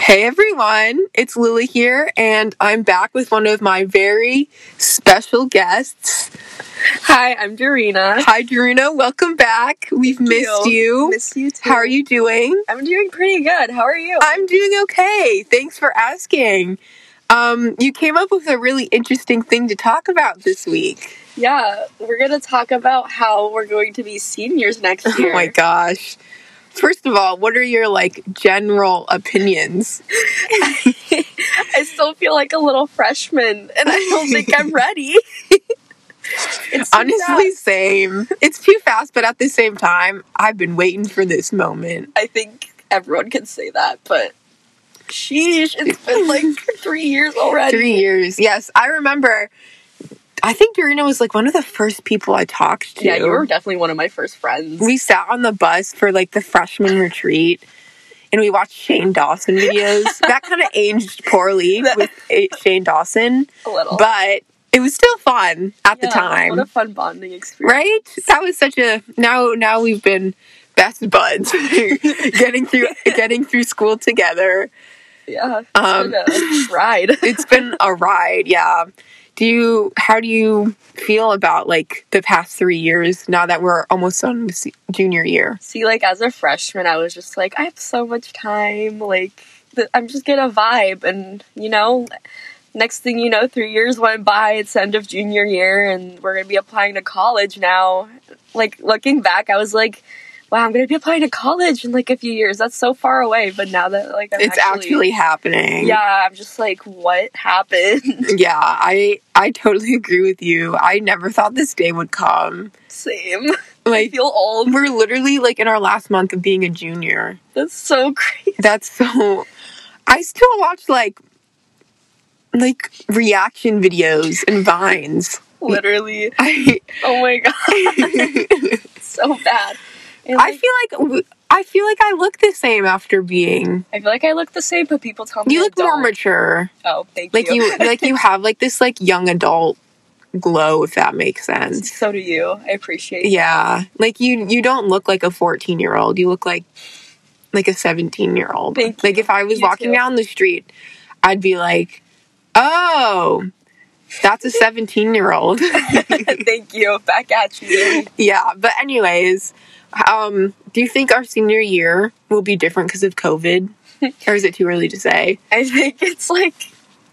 Hey everyone, it's Lily here, and I'm back with one of my very special guests. Hi, I'm Dorina. Hi, Darina, welcome back. We've missed you. Miss you too. How are you doing? I'm doing pretty good. How are you? I'm doing okay. Thanks for asking. Um, you came up with a really interesting thing to talk about this week. yeah, we're gonna talk about how we're going to be seniors next year. Oh my gosh. First of all, what are your like general opinions? I still feel like a little freshman, and I don't think I'm ready. it's too Honestly, fast. same. It's too fast, but at the same time, I've been waiting for this moment. I think everyone can say that, but sheesh, it's been like three years already. Three years. Yes, I remember. I think Dorina was like one of the first people I talked to. Yeah, you were definitely one of my first friends. We sat on the bus for like the freshman retreat, and we watched Shane Dawson videos. that kind of aged poorly That- with A- Shane Dawson, a little, but it was still fun at the Yeah, time, what a fun bonding experience. right? That was such a now. Now we've been best buds, getting through getting through school together. Yeah, it's Um, been a ride. it's been a ride yeah do you how do you feel about like the past three years now that we're almost on se- junior year See, like as a freshman, I was just like, I have so much time. Like, th- I'm just gonna vibe, and you know, next thing you know, three years went by. It's end of junior year, and we're gonna be applying to college now. Like looking back, I was like, wow, I'm gonna be applying to college in like a few years. That's so far away. But now that like I'm it's actually, happening yeah, I'm just like, what happened? yeah i i totally agree with you i never thought this day would come Same. I like feel old. we're literally like in our last month of being a junior That's so crazy. that's so i still watch like like reaction videos and vines Literally. i Oh my god, so bad. And, I like, feel like w- I feel like I look the same after being. I feel like I look the same, but people tell me You I look more don't. mature. Oh, thank Like you. you like you have like this like young adult glow if that makes sense. so do you. I appreciate. it. Yeah. Like you you don't look like a 14-year-old. You look like like a 17-year-old. Thank Like you. if I was You walking too. down the street, I'd be like, "Oh, that's a 17-year-old." thank you. Back at you. yeah, but anyways, um do you think our senior year will be different because of COVID? or is it too early to say? I think it's like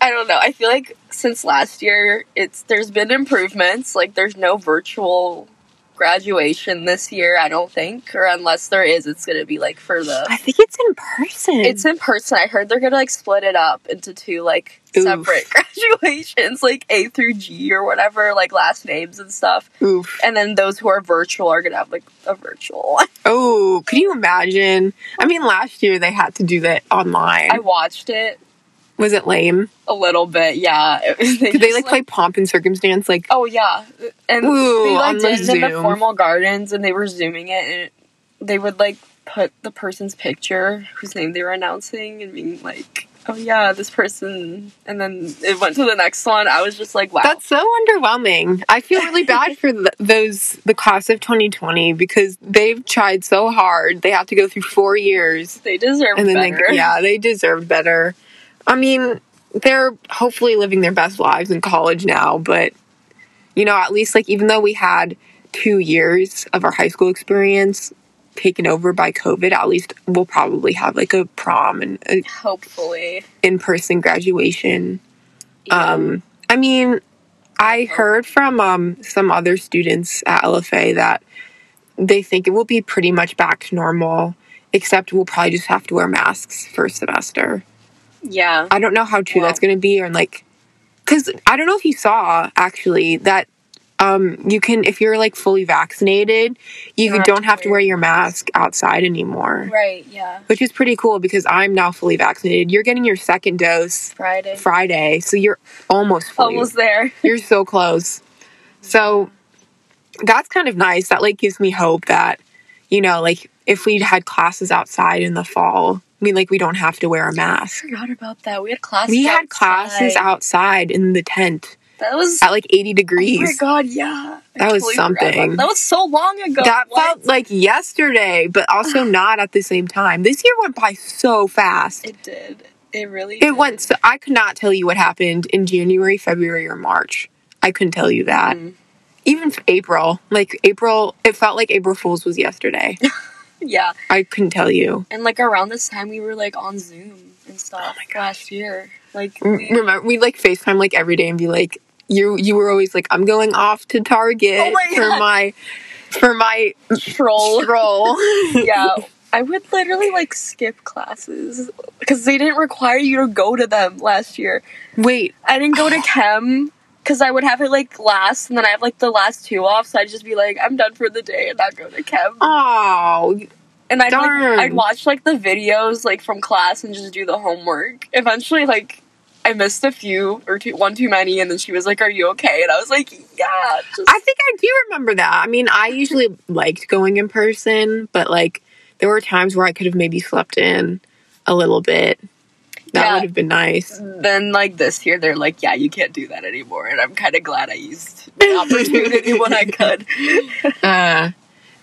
I don't know. I feel like since last year, it's there's been improvements. Like there's no virtual graduation this year. I don't think, or unless there is, it's gonna be like for the. I think it's in person. It's in person. I heard they're gonna like split it up into two like Oof. separate graduations, like A through G or whatever, like last names and stuff. Oof. and then those who are virtual are gonna have like a virtual one. Oh, could you imagine? I mean, last year they had to do that online. I watched it Was it lame? a little bit, yeah. they Did they just, like play Pomp and Circumstance? Like, Oh yeah, and Ooh, they on like the did it in the Zoom. formal gardens, and they were zooming it, and it, they would like put the person's picture whose name they were announcing, and being like. Oh yeah, this person, and then it went to the next one. I was just like, wow, that's so underwhelming. I feel really bad for th- those the class of 2020 because they've tried so hard. They have to go through four years, they deserve and then better. they yeah they deserve better. I mean, they're hopefully living their best lives in college now, but you know, at least like even though we had two years of our high school experience taken over by COVID, at least we'll probably have like a prom and an Hopefully, in person graduation. Yeah. Um, I mean, I heard from um, some other students at LFA that they think it will be pretty much back to normal, except we'll probably just have to wear masks first semester. yeah, I don't know how true Wow. that's going to be, or like, because I don't know if you saw actually that um, you can, if you're like fully vaccinated, you, don't have don't to have to wear wear your mask outside anymore, right, yeah. which is pretty cool because I'm now fully vaccinated. You're getting your second dose Friday, Friday, so you're almost fully. almost there. You're so close. So that's kind of nice. That like gives me hope that you know, like if we had classes outside in the fall, I mean, like we don't have to wear a mask. forgot about that. We had classes. We had classes outside. outside in the tent. That was at like 80 Oh my degrees. god, yeah. I That was totally forgot about something. That. was so long ago. that What? felt like yesterday, but also not at the same time. This year went by so fast. it did. It really It did. went so I could not tell you what happened in January, February, or March. I couldn't tell you that. Mhm. Even f- April, like April, it felt like April Fools was yesterday. Yeah. I couldn't tell you. And like around this time we were like on Zoom Oh and stuff last year. Like R- we- Remember, Mm, we like FaceTime like every day and be like, you you were always like, I'm going off to Target Oh my for God. my for my troll. stroll. yeah. I would literally like skip classes because they didn't require you to go to them last year. Wait, I didn't go to chem because I would have it like last, and then I have like the last two off, so I'd just be like, I'm done for the day and not go to chem. oh, And I'd Darn. like I'd watch like the videos like from class and just do the homework. Eventually, like I missed a few or two, one too many, and then she was like, "Are you okay?" And I was like, "Yeah." Just, I think I do remember that. I mean, I usually liked going in person, but like there were times where I could have maybe slept in a little bit. That Yeah. would have been nice. then like this year, they're like, "Yeah, you can't do that anymore," and I'm kind of glad I used the opportunity when I could. Uh,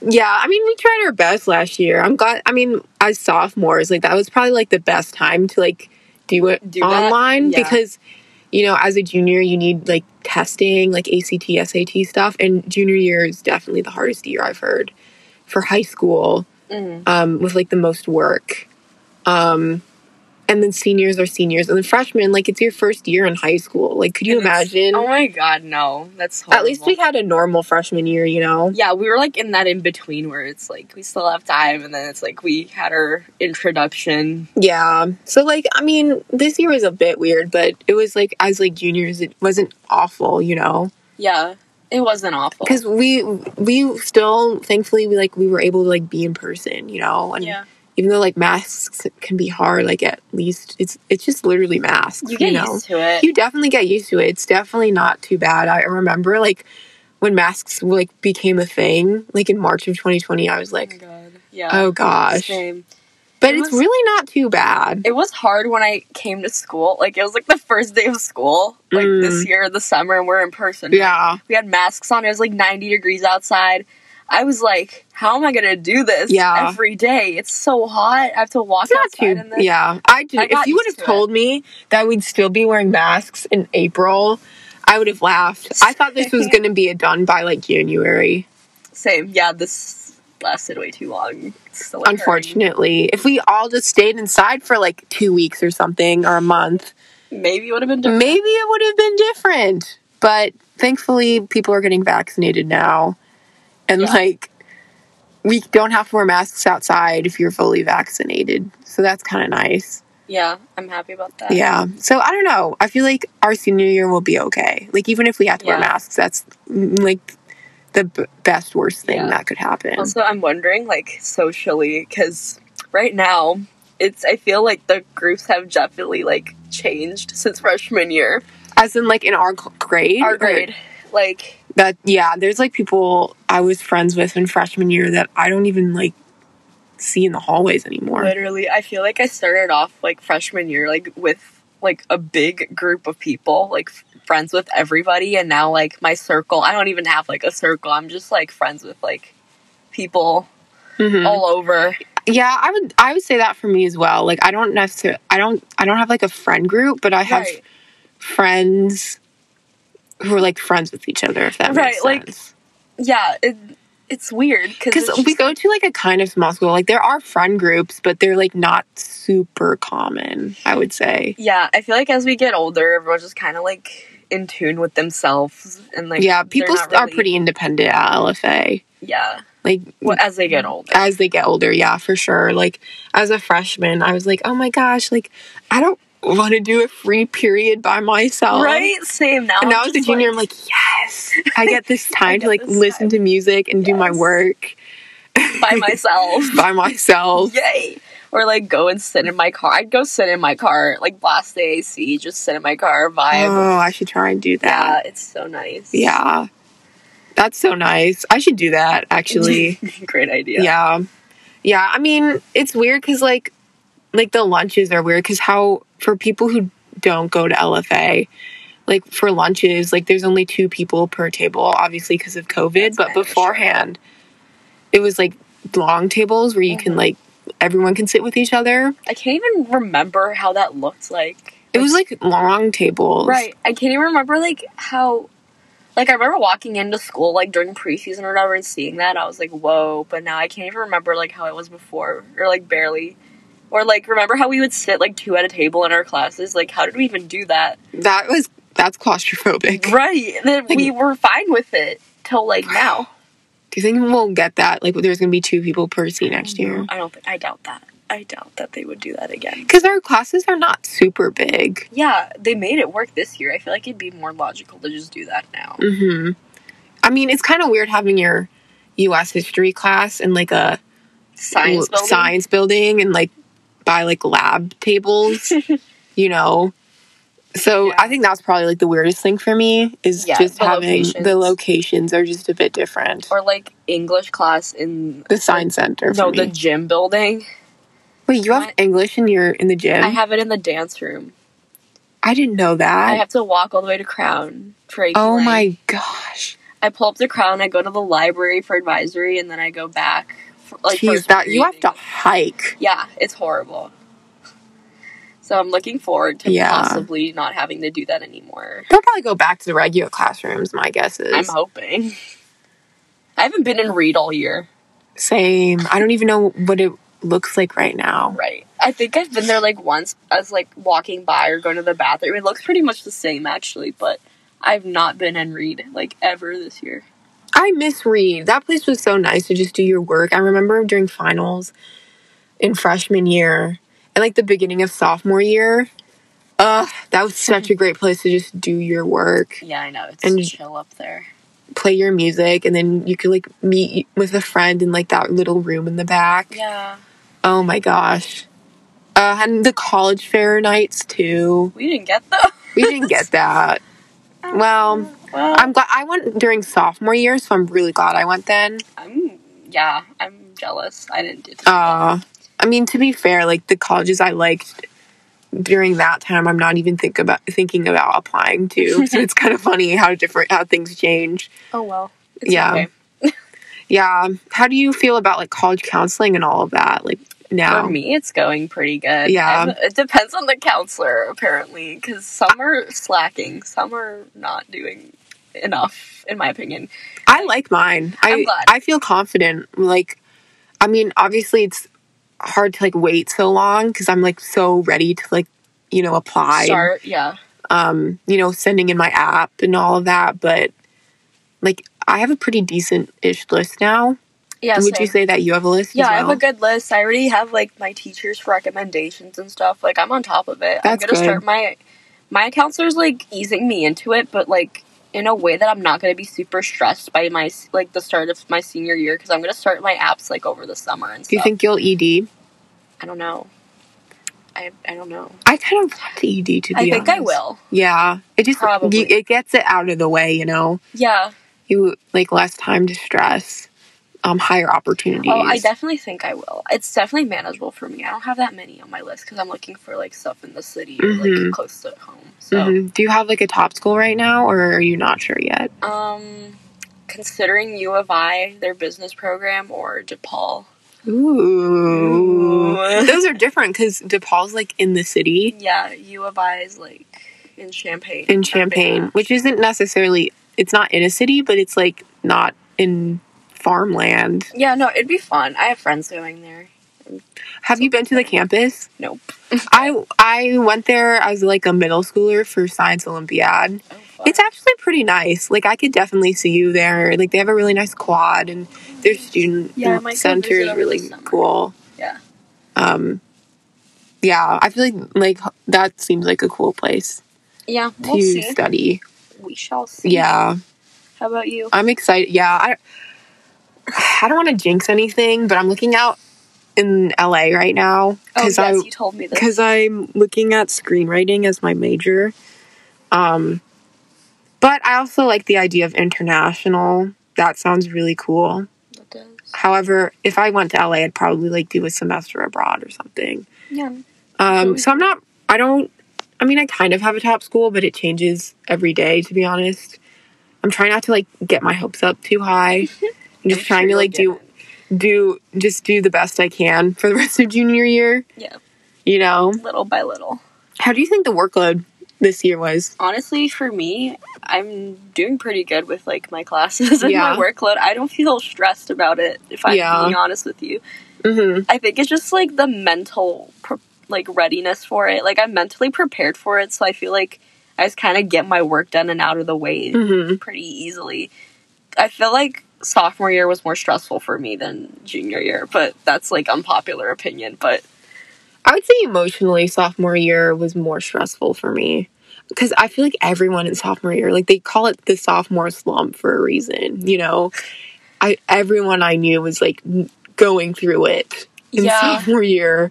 yeah, I mean, we tried our best last year. I'm glad. I mean, as sophomores, like that was probably like the best time to like do it Do that? online Yeah. because you know, as a junior, you need like testing, like ACT, SAT stuff, and junior year is definitely the hardest year I've heard for high school. Mm. um, with like the most work. Um, and then seniors are seniors, and then freshmen like it's your first year in high school. Like, could you And it's- imagine? Oh my god, no, that's horrible. At least we had a normal freshman year, you know. yeah, we were like in that in between where it's like we still have time, and then it's like we had our introduction. Yeah. So like, I mean, this year was a bit weird, but it was like as like juniors, it wasn't awful, you know, Yeah, it wasn't awful. because we we still thankfully we like we were able to like be in person, you know, and Yeah, even though like masks can be hard, like at least it's it's just literally masks, you you, get know. used to it. you definitely get used to it. It's definitely not too bad. I remember like when masks like became a thing, like in March of 2020, I was oh my like, god, yeah. oh gosh. Same. But It it's was- really not too bad. It was hard when I came to school. Like it was like the first day of school, like Mm. this year, the summer, and we're in person. Yeah. we had masks on. It was like ninety degrees outside. I was like, how am I gonna do this? Yeah. every day. It's so hot. I have to walk It's not outside. too and then, Yeah. I did I if got you would used have to it. told me that we'd still be wearing masks in April, I would have laughed. I thought this was going to be a done by like January. Same. Yeah, this lasted way too long. It's still, like, hurting. Unfortunately, if we all just stayed inside for like 2 weeks or something or a month, Maybe it would have been different. Maybe it would have been different. But thankfully, people are getting vaccinated now. And Yeah. like, we don't have to wear masks outside if you're fully vaccinated. So that's kind of nice. Yeah, I'm happy about that. Yeah. So I don't know. I feel like our senior year will be okay. Like, even if we have to wear Yeah. masks, that's mm, like the b- best, worst thing Yeah. that could happen. Also, I'm wondering, like, socially, because right now, it's, I feel like the groups have definitely, like, changed since freshman year. As in, like, in our cl- grade? Our or- grade. Like, That, yeah, there's like people I was friends with in freshman year that I don't even like see in the hallways anymore. literally, I feel like I started off, like, freshman year, like, with, like, a big group of people, like, f- friends with everybody, and now, like, my circle, I don't even have, like, a circle. I'm just, like, friends with, like, people Mhm. all over. Yeah, I would I would say that for me as well. Like I don't necessarily I don't I don't have like a friend group, but I have Right. friends who are like friends with each other if that makes Right, like, sense. Yeah, it, it's weird, because Cuz we go to like a kind of small school. Like there are friend groups, but they're like not super common, I would say. Yeah, I feel like as we get older, everyone's just kind of like in tune with themselves and like yeah, they're people not are really- pretty independent at LFA. yeah Like well, as they get older. as they get older, yeah, for sure. Like as a freshman, I was like, "Oh my gosh, like I don't want to do a free period by myself." right? Same now. and I'm now as a just, junior, I'm like, yes, I get this time get to like this listen time. to music and do my Yes. work by myself. by myself. Yay! Or like go and sit in my car. I'd go sit in my car, like blast the AC, just sit in my car, vibe. Oh, I should try and do yeah, that. it's so nice. Yeah. That's so nice. I should do that actually. great idea. yeah. yeah. I mean, it's weird cuz like like the lunches are weird cuz how for people who don't go to LFA, like for lunches, like there's only two people per table, obviously because of COVID. That's but better, sure. beforehand, it was like long tables where you can Mhm. like everyone can sit with each other. I can't even remember how that looked like. It was like long tables, Right. I can't even remember like how like I remember walking into school like during preseason or whatever and seeing that and I was like, whoa, but now I can't even remember like how it was before or like barely. Or like remember how we would sit like two at a table in our classes? Like how did we even do that? That was that's claustrophobic. Right. and Then we were fine with it till like now. Do you think we'll get that? Like, there's gonna be two people per seat next year I don't think I doubt that. I doubt that they would do that again. because our classes are not super big. Yeah, they made it work this year. I feel like it'd be more logical to just do that now. hmm I mean, it's kind of weird having your U.S. history class in like a l- Science building. science building and like by like lab tables, you know. So Yeah. I think that's probably like the weirdest thing for me is Yeah, just the having the locations. locations are just a bit different. or like English class in the science center for no me. the gym building. Wait, you have I- English in your in the gym? I have it in the dance room. I didn't know that. I have to walk all the way to Crown for AP oh Lang. my gosh. I pull up to Crown. I go to the library for advisory, and then I go back. For, like Jeez, first that you have to reading. hike. Yeah, it's horrible. So I'm looking forward to Yeah. possibly not having to do that anymore. They'll probably go back to the regular classrooms. My guess is I'm hoping. I haven't been in Reed all year. same. I don't even know what it looks like right now. Right. I think I've been there like once as like walking by or going to the bathroom. It looks pretty much the same actually, but I've not been in Reed like ever this year. I miss Reed. That place was so nice to just do your work. I remember during finals in freshman year and like the beginning of sophomore year. Uh, that was such a great place to just do your work, Yeah, I know. It's And- chill up there. play your music, and then you could like meet with a friend in like that little room in the back. Yeah. Oh my gosh. Uh, and the college fair nights too. We didn't get though. We didn't get that. Well, well I'm glad I went during sophomore year, so I'm really glad I went then. I'm yeah, I'm jealous. I didn't do that. Uh, I mean, to be fair, like the colleges I liked during that time, I'm not even think about thinking about applying to. so it's kind of funny how different how things change. oh well. yeah. Yeah. How do you feel about like college counseling and all of that? Like now, For me, it's going pretty good. Yeah. I'm- it depends on the counselor, apparently, because some are slacking, some are not doing enough, in my opinion. I like mine. I I'm glad. I feel confident. Like, I mean, obviously it's hard to like wait so long because I'm like so ready to like you know apply. and Start, yeah. um, you know, sending in my app and all of that, but like I have a pretty decent ish list now. Yeah, And would you same. say that you have a list? yeah, as I have well? a good list. I already have like my teachers for recommendations and stuff. Like I'm on top of it. That's I'm gonna good. start my my counselor's like easing me into it, but like in a way that I'm not gonna be super stressed by my s- like the start of my senior year because I'm gonna start my apps like over the summer and stuff. Do you think you'll E ED? I don't know. I I don't know. I kind of want to ED to be I think I honest. will. Yeah, it just Probably. you- it gets it out of the way. You know, Yeah. you like less time to stress, um, higher opportunities. Oh, I definitely think I will. It's definitely manageable for me. I don't have that many on my list because I'm looking for like stuff in the city or Mhm. like close to home. So. Mhm. Do you have like a top school right now, or are you not sure yet? Um, considering U of I, their business program, or DePaul. Ooh, Ooh. those are different because DePaul's like in the city. Yeah, U of I is like in Champagne. in Champagne, which isn't necessarily it's not in a city, but it's like not in farmland. Yeah, no, it'd be fun. I have friends going there. Have you been to the campus? Nope. I I went there as like a middle schooler for Science Olympiad. Oh, fuck. It's actually pretty nice. Like I could definitely see you there. Like they have a really nice quad and their student Yeah, I might go center visit is over really the summer. cool. yeah. Um yeah, I feel like like that seems like a cool place Yeah, to we'll see. study. We shall see. Yeah. How about you? I'm excited. Yeah, I I don't want to jinx anything, but I'm looking out in LA right now Oh, because yes, I you told me this. because I'm looking at screenwriting as my major. Um, but I also like the idea of international. That sounds really cool. It does. However, if I went to LA, I'd probably like do a semester abroad or something. Yeah. Um, so I'm not. I don't. I mean, I kind of have a top school, but it changes every day, to be honest. I'm trying not to like get my hopes up too high. I'm just I'm trying to sure you'll like get do it. do just do the best I can for the rest of junior year, Yeah, you know. little by little. How do you think the workload this year was? Honestly, for me, I'm doing pretty good with like my classes and Yeah. my workload. I don't feel stressed about it. If I'm Yeah. being honest with you, Mhm. I think it's just like the mental pr like readiness for it. Like I'm mentally prepared for it, so I feel like I just kind of get my work done and out of the way Mhm. pretty easily. I feel like sophomore year was more stressful for me than junior year, but that's like unpopular opinion. But I would say emotionally sophomore year was more stressful for me because I feel like everyone in sophomore year, like they call it the sophomore slump for a reason, you know. I everyone I knew was like n- going through it in yeah, sophomore year.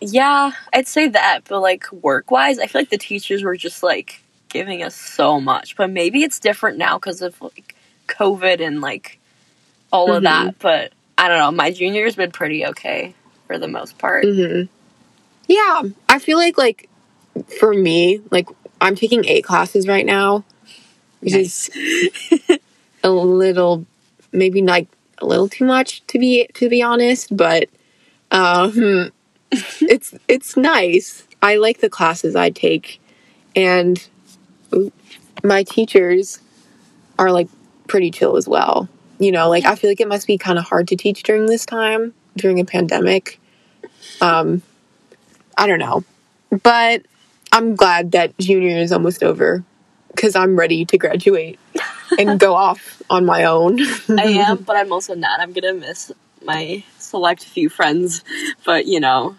yeah, I'd say that. But like work wise, I feel like the teachers were just like giving us so much. But maybe it's different now because of like COVID and like all of Mhm. that. But I don't know. My junior year's been pretty okay for the most part. Mhm. Yeah, I feel like like for me, like I'm taking eight classes right now, which is a little maybe like a little too much to be to be honest but um it's it's nice i like the classes i take and oop, my teachers are like pretty chill as well you know like i feel like it must be kind of hard to teach during this time during a pandemic um i don't know but i'm glad that junior is almost over because i'm ready to graduate and go off on my own I am, Mm-hmm. but I'm also not. I'm gonna miss my select few friends, but you know,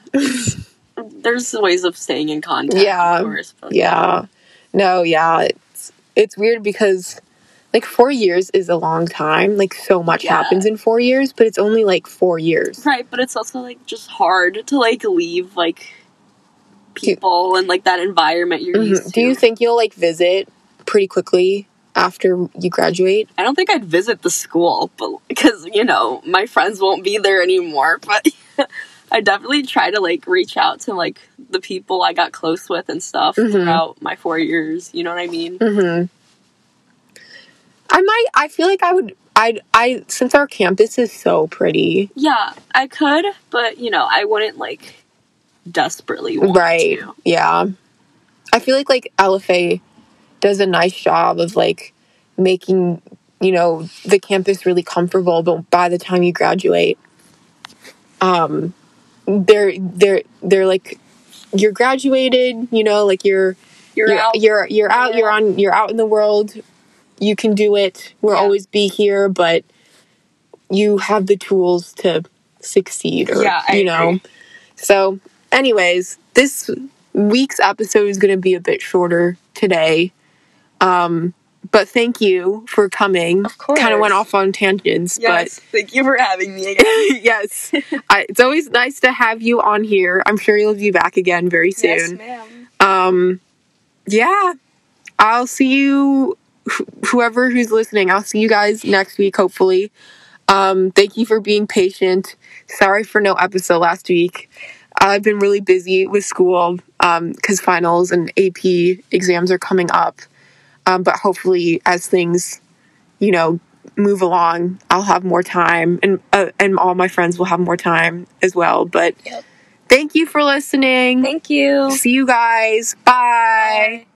there's ways of staying in contact. Yeah. of course, but Yeah. No, yeah. It's it's weird because like 4 years is a long time. Like so much Yeah. happens in 4 years, but it's only like 4 years. right. But it's also like just hard to like leave like people and like that environment you're used Mhm. to. Do you think you'll like visit pretty quickly after you graduate? I don't think I'd visit the school, but because you know my friends won't be there anymore. But I definitely try to like reach out to like the people I got close with and stuff Mhm. throughout my four years. You know what I mean? Mhm. I might I feel like I would I I since our campus is so pretty. Yeah, I could, but you know, I wouldn't like desperately want Right. to. Yeah. I feel like like LFA does a nice job of like making you know the campus really comfortable but by the time you graduate um they're they're they're like you're graduated you know like you're You're, you're out. you're, you're out Yeah. you're on you're out in the world you can do it we'll Yeah. always be here but you have the tools to succeed or Yeah, I you know agree. so anyways this week's episode is going to be a bit shorter today um but thank you for coming Of course. kind of went off on tangents yes, thank you for having me again. but yes I, it's always nice to have you on here i'm sure you'll be back again very yes, soon ma'am. um yeah i'll see you wh- whoever who's listening i'll see you guys next week hopefully um thank you for being patient sorry for no episode last week i've been really busy with school um because finals and ap exams are coming up um but hopefully as things you know move along i'll have more time and uh, and all my friends will have more time as well but Yep. thank you for listening Thank you. see you guys bye.